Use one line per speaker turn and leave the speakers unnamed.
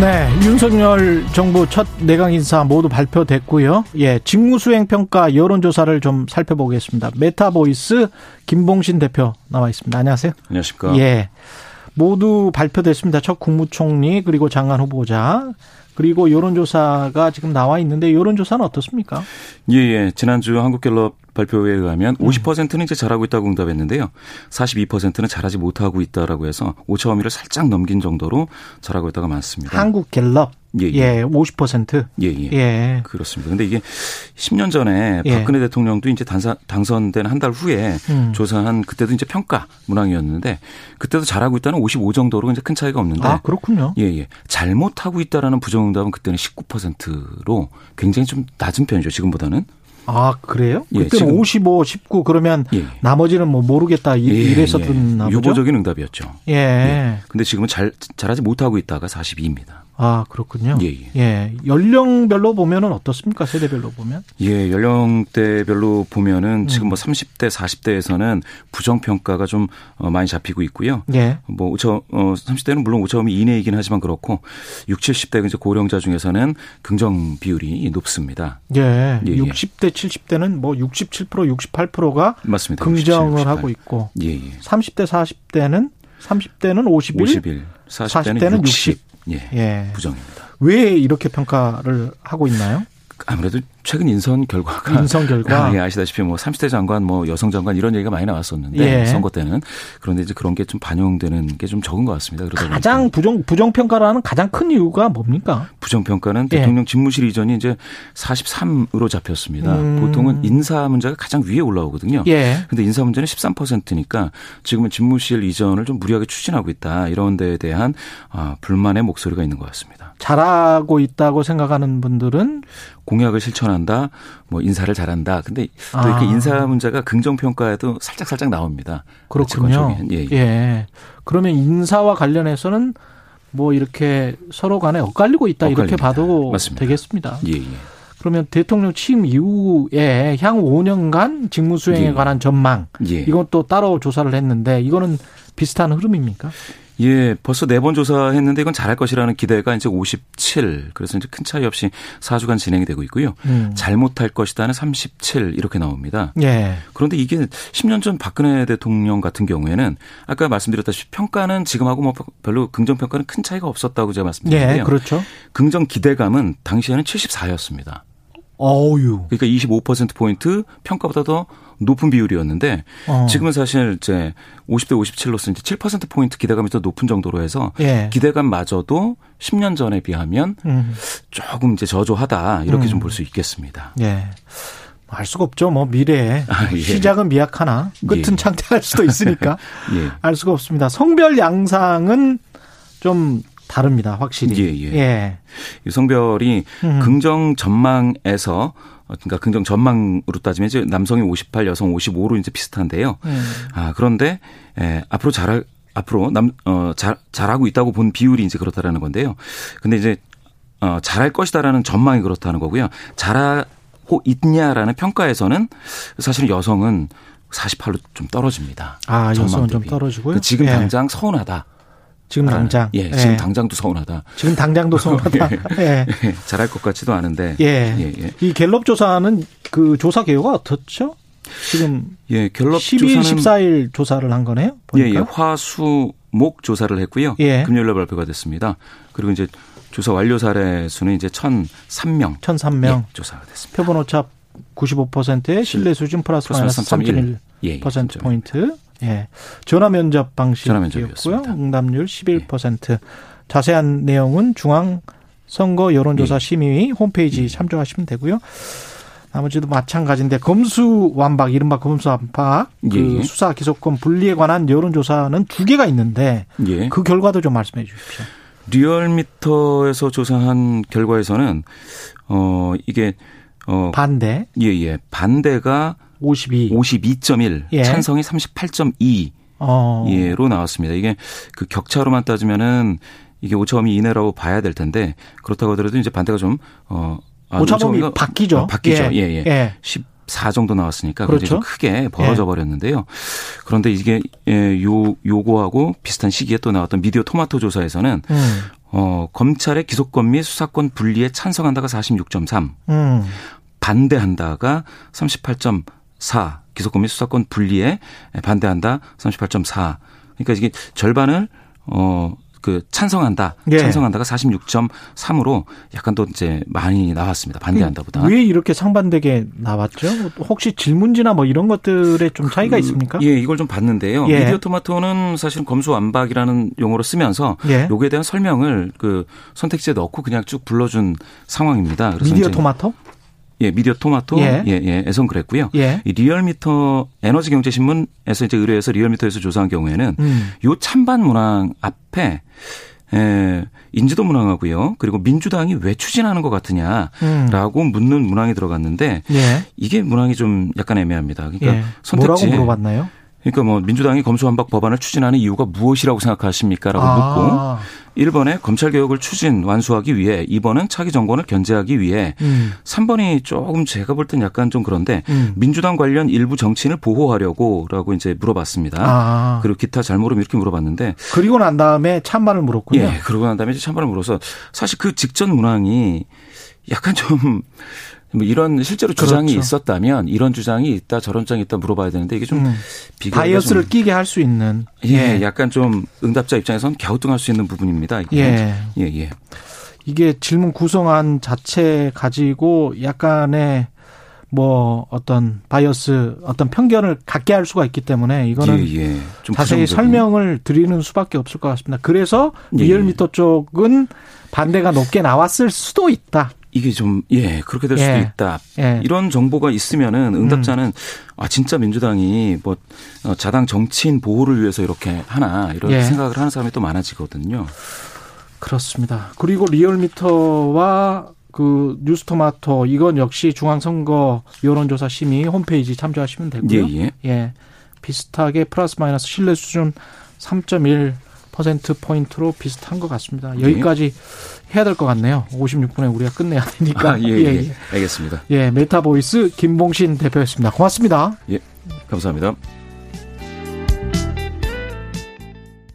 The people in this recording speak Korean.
네, 윤석열 정부 첫 내각 인사 모두 발표됐고요. 예, 직무수행 평가 여론조사를 좀 살펴보겠습니다. 메타보이스 김봉신 대표 나와 있습니다. 안녕하세요.
안녕하십니까.
예, 모두 발표됐습니다. 첫 국무총리 그리고 장관 후보자 그리고 여론조사가 지금 나와 있는데 여론조사는 어떻습니까?
예, 예. 지난주 한국갤럽 발표에 의하면
음.
50%는 이제 잘하고 있다고 응답했는데요. 42%는 잘하지 못하고 있다라고 해서 오차 범위를 살짝 넘긴 정도로 잘하고 있다가 많습니다.
한국갤럽
네. 예, 예.
예, 50%.
예, 예.
예.
그렇습니다. 근데 이게 10년 전에
예.
박근혜 대통령도 이제 당선, 당선된 한 달 후에
음.
조사한 그때도 이제 평가 문항이었는데 그때도 잘하고 있다는 55 정도로 이제 큰 차이가 없는데
아, 그렇군요.
예, 예. 잘못하고 있다라는 부정응답은 그때는 19%로 굉장히 좀 낮은 편이죠. 지금보다는.
아, 그래요?
예,
그때는
지금-
55, 19 그러면
예.
나머지는 뭐 모르겠다 이-
예,
이랬었나
예.
보죠.
유보적인 응답이었죠.
예.
근데 지금은 잘 잘하지 못하고 있다가 42입니다.
아, 그렇군요.
예, 예.
연령별로 보면은 어떻습니까? 세대별로 보면?
예, 연령대별로 보면은 지금 뭐 30대, 40대에서는 부정 평가가 좀 어, 많이 잡히고 있고요.
예.
뭐 오차 어 30대는 물론 오차범위 이내이긴 하지만 그렇고 6, 70대 이제 고령자 중에서는 긍정 비율이 높습니다.
예.
예, 예.
60대, 70대는 뭐 67%, 68%가
맞습니다.
긍정을
67, 68.
하고 있고
예, 예.
30대, 40대는 30대는 51.
51, 40대는,
40대는
60.
60.
예.
예.
부정입니다.
왜 이렇게 평가를 하고 있나요?
아무래도 최근 인선 결과가
인성 결과.
아, 예, 아시다시피 뭐 30대 장관, 뭐 여성 장관 이런 얘기가 많이 나왔었는데
예.
선거 때는 그런데 이제 그런 게 좀 반영되는 게 좀 적은 것 같습니다. 그러다
가장
보니까
부정 부정 평가라는 가장 큰 이유가 뭡니까?
부정 평가는
예.
대통령 직무실 이전이 이제 43으로 잡혔습니다.
음.
보통은 인사 문제가 가장 위에 올라오거든요.
예.
근데 인사 문제는 13%니까 지금은 집무실 이전을 좀 무리하게 추진하고 있다. 이런 데에 대한 아, 불만의 목소리가 있는 것 같습니다.
잘하고 있다고 생각하는 분들은
공약을 실천한다, 뭐 인사를 잘한다. 근데 또
아.
이렇게 인사 문제가 긍정 평가에도 살짝 살짝 나옵니다.
그렇군요.
직관적인, 예, 예.
그러면 인사와 관련해서는 뭐 이렇게 서로 간에 엇갈리고 있다 이렇게
엇갈립니다.
봐도
맞습니다.
되겠습니다.
예, 예. 그러면
그러면 대통령 취임 이후에 향후 5년간 직무 수행에
예.
관한 전망
예.
이건 또 따로 조사를 했는데 이거는 비슷한 흐름입니까?
예, 벌써 네 번 조사했는데 이건 잘할 것이라는 기대가 이제 57. 그래서 이제 큰 차이 없이 4주간 진행이 되고 있고요.
음.
잘못할 것이다는 37 이렇게 나옵니다.
예.
그런데 이게 10년 전 박근혜 대통령 같은 경우에는 아까 말씀드렸다시피 평가는 지금하고 뭐 별로 긍정 평가는 큰 차이가 없었다고 제가 말씀드렸는데요.
예, 그렇죠.
긍정 기대감은 당시에는 74였습니다.
어유.
그러니까 25% 포인트 평가보다 더 높은 비율이었는데
어.
지금은 사실 이제 50대 57로서 이제 7% 포인트 기대감이 더 높은 정도로 해서
예.
기대감마저도 10년 전에 비하면
음.
조금 이제 저조하다 이렇게
음.
좀 볼 수 있겠습니다.
예. 알 수가 없죠. 뭐 미래에
아, 예.
시작은 미약하나 끝은
예.
창대할 수도 있으니까
예.
알 수가 없습니다. 성별 양상은 좀 다릅니다. 확실히.
예, 예. 이 성별이
음.
긍정 전망에서 어, 그러니까 긍정 전망으로 따지면 이제 남성이 58, 여성 55로 이제 비슷한데요.
음.
아, 그런데 에, 앞으로 잘 앞으로 남어잘 잘하고 있다고 본 비율이 이제 그렇다라는 건데요. 근데 이제 어 잘할 것이다라는 전망이 그렇다는 거고요. 잘하고 있냐라는 평가에서는 사실은 여성은 48로 좀 떨어집니다.
아,
전망
여성은 좀
대비.
떨어지고요?
그러니까 지금
예.
당장 서운하다.
지금 당장.
예, 지금 당장도 서운하다.
장도 서운하다. 예.
잘할 것 같지도 않은데.
예.
예, 예.
이 갤럽 조사는 그 조사 결과가 어떻죠? 지금
예, 결럽
12일,
조사는
14일 조사를 한 거네요.
예, 예,
보니까.
화수목 조사를 했고요.
예.
금요일날 발표가 됐습니다. 그리고 이제 조사 완료 사례 수는 이제 1,003명
1,003명.
예, 조사가 됐습니다.
표본 오차 95%의 신뢰 수준 플러스 마이너스 3.1.
예, 예,
퍼센트
좀.
포인트. 예. 전화 면접 방식이었고요.
전화 면접이었습니다. 예.
응답률 11%. 자세한 내용은 중앙 선거 여론조사
예.
심의위 홈페이지 참조하시면 되고요. 나머지도 마찬가지인데 검수 완박 이른바 검수 완박 그
예, 예.
수사 기소권 분리에 관한 여론조사는 두 개가 있는데
예.
그 결과도 좀 말씀해 주십시오.
리얼미터에서 조사한 결과에서는 어 이게 어
반대
예, 예. 반대가
52.
52.1,
예.
찬성이 38.2.
어.
예로 나왔습니다. 이게 그 격차로만 따지면은 이게 오차범위 이내라고 봐야 될 텐데 그렇다고 하더라도 이제 반대가 좀 어, 아,
오차범위
오차범위가-
바뀌죠.
아, 바뀌죠. 예, 예.
예.
14 정도 나왔으니까
그렇죠.
그렇죠. 좀 크게 벌어져 버렸는데요. 예, 그런데 이게 예, 요 요거하고 비슷한 시기에 또 나왔던 미디어 토마토 조사에서는
음.
어, 검찰의 기소권 및 수사권 분리에 찬성한다가 46.3,
음.
반대한다가 38.4, 기소권 및 수사권 분리에 반대한다 38.4. 그러니까 이게 절반을 어, 그 찬성한다,
예.
찬성한다가 46.3으로 약간 또 이제 많이 나왔습니다. 반대한다보다.
그 왜 이렇게 상반되게 나왔죠? 혹시 질문지나 뭐 이런 것들에 좀 차이가
그,
있습니까?
예, 이걸 좀 봤는데요.
예.
미디어 토마토는 사실은 검수 완박이라는 용어로 쓰면서
예.
요거에 대한 설명을 그 선택지에 넣고 그냥 쭉 불러준 상황입니다. 그래서
미디어
이제
토마토?
예, 미디어 토마토
예.
예, 예, 에선 그랬고요.
예.
이 리얼미터 에너지 경제 신문에서 이제 의뢰해서 리얼미터에서 조사한 경우에는
음.
요 찬반 문항 앞에 에, 인지도 문항하고요. 그리고 민주당이 왜 추진하는 것
음.
같으냐라고 묻는 문항이 들어갔는데
예.
이게 문항이 좀 약간 애매합니다. 그러니까
예. 뭐라고
선택지
물어봤나요?
그러니까 뭐 민주당이 검수완박 법안을 추진하는 이유가 무엇이라고 생각하십니까라고 묻고
아.
1번에 검찰 개혁을 추진 완수하기 위해 2번은 차기 정권을 견제하기 위해
음.
3번이 조금 제가 볼 땐 약간 좀 그런데
음.
민주당 관련 일부 정치인을 보호하려고라고 이제 물어봤습니다.
아.
그리고 기타 잘모름 이렇게 물어봤는데
그리고 난 다음에 찬반을 물었군요.
예 그러고 난 다음에 이제 찬반을 물어서 사실 그 직전 문항이 약간 좀 뭐 이런 실제로 주장이
그렇죠.
있었다면 이런 주장이 있다 저런 주장이 있다 물어봐야 되는데 이게 좀
음.
비교가 좀
바이어스를 끼게 할 수 있는.
예, 약간 좀 응답자 입장에선 갸우뚱할 수 있는 부분입니다. 이게.
예.
예, 예.
이게 질문 구성안 자체 가지고 약간의 뭐 어떤 바이어스 어떤 편견을 갖게 할 수가 있기 때문에 이거는
예, 예. 좀
자세히
부정적인.
설명을 드리는 수밖에 없을 것 같습니다. 그래서
예,
리얼미터 쪽은 반대가 높게 나왔을 수도 있다.
이게 좀 예, 그렇게 될 수도
예.
있다.
예.
이런 정보가 있으면은 응답자는 아 진짜 민주당이 뭐 어, 자당 정치인 보호를 위해서 이렇게 하나 이런
예.
생각을 하는 사람이 또 많아지거든요.
그렇습니다. 그리고 리얼미터와 그 뉴스토마토 이건 역시 중앙선거 여론조사 심의 홈페이지 참조하시면
예,
되고요.
예.
예. 비슷하게 플러스 마이너스 신뢰 수준 3.1% 포인트로 비슷한 것 같습니다.
예.
여기까지 해야 될 것 같네요. 56분에 우리가 끝내야 되니까.
아, 예, 예. 알겠습니다.
예, 메타보이스 김봉신 대표였습니다. 고맙습니다.
감사합니다.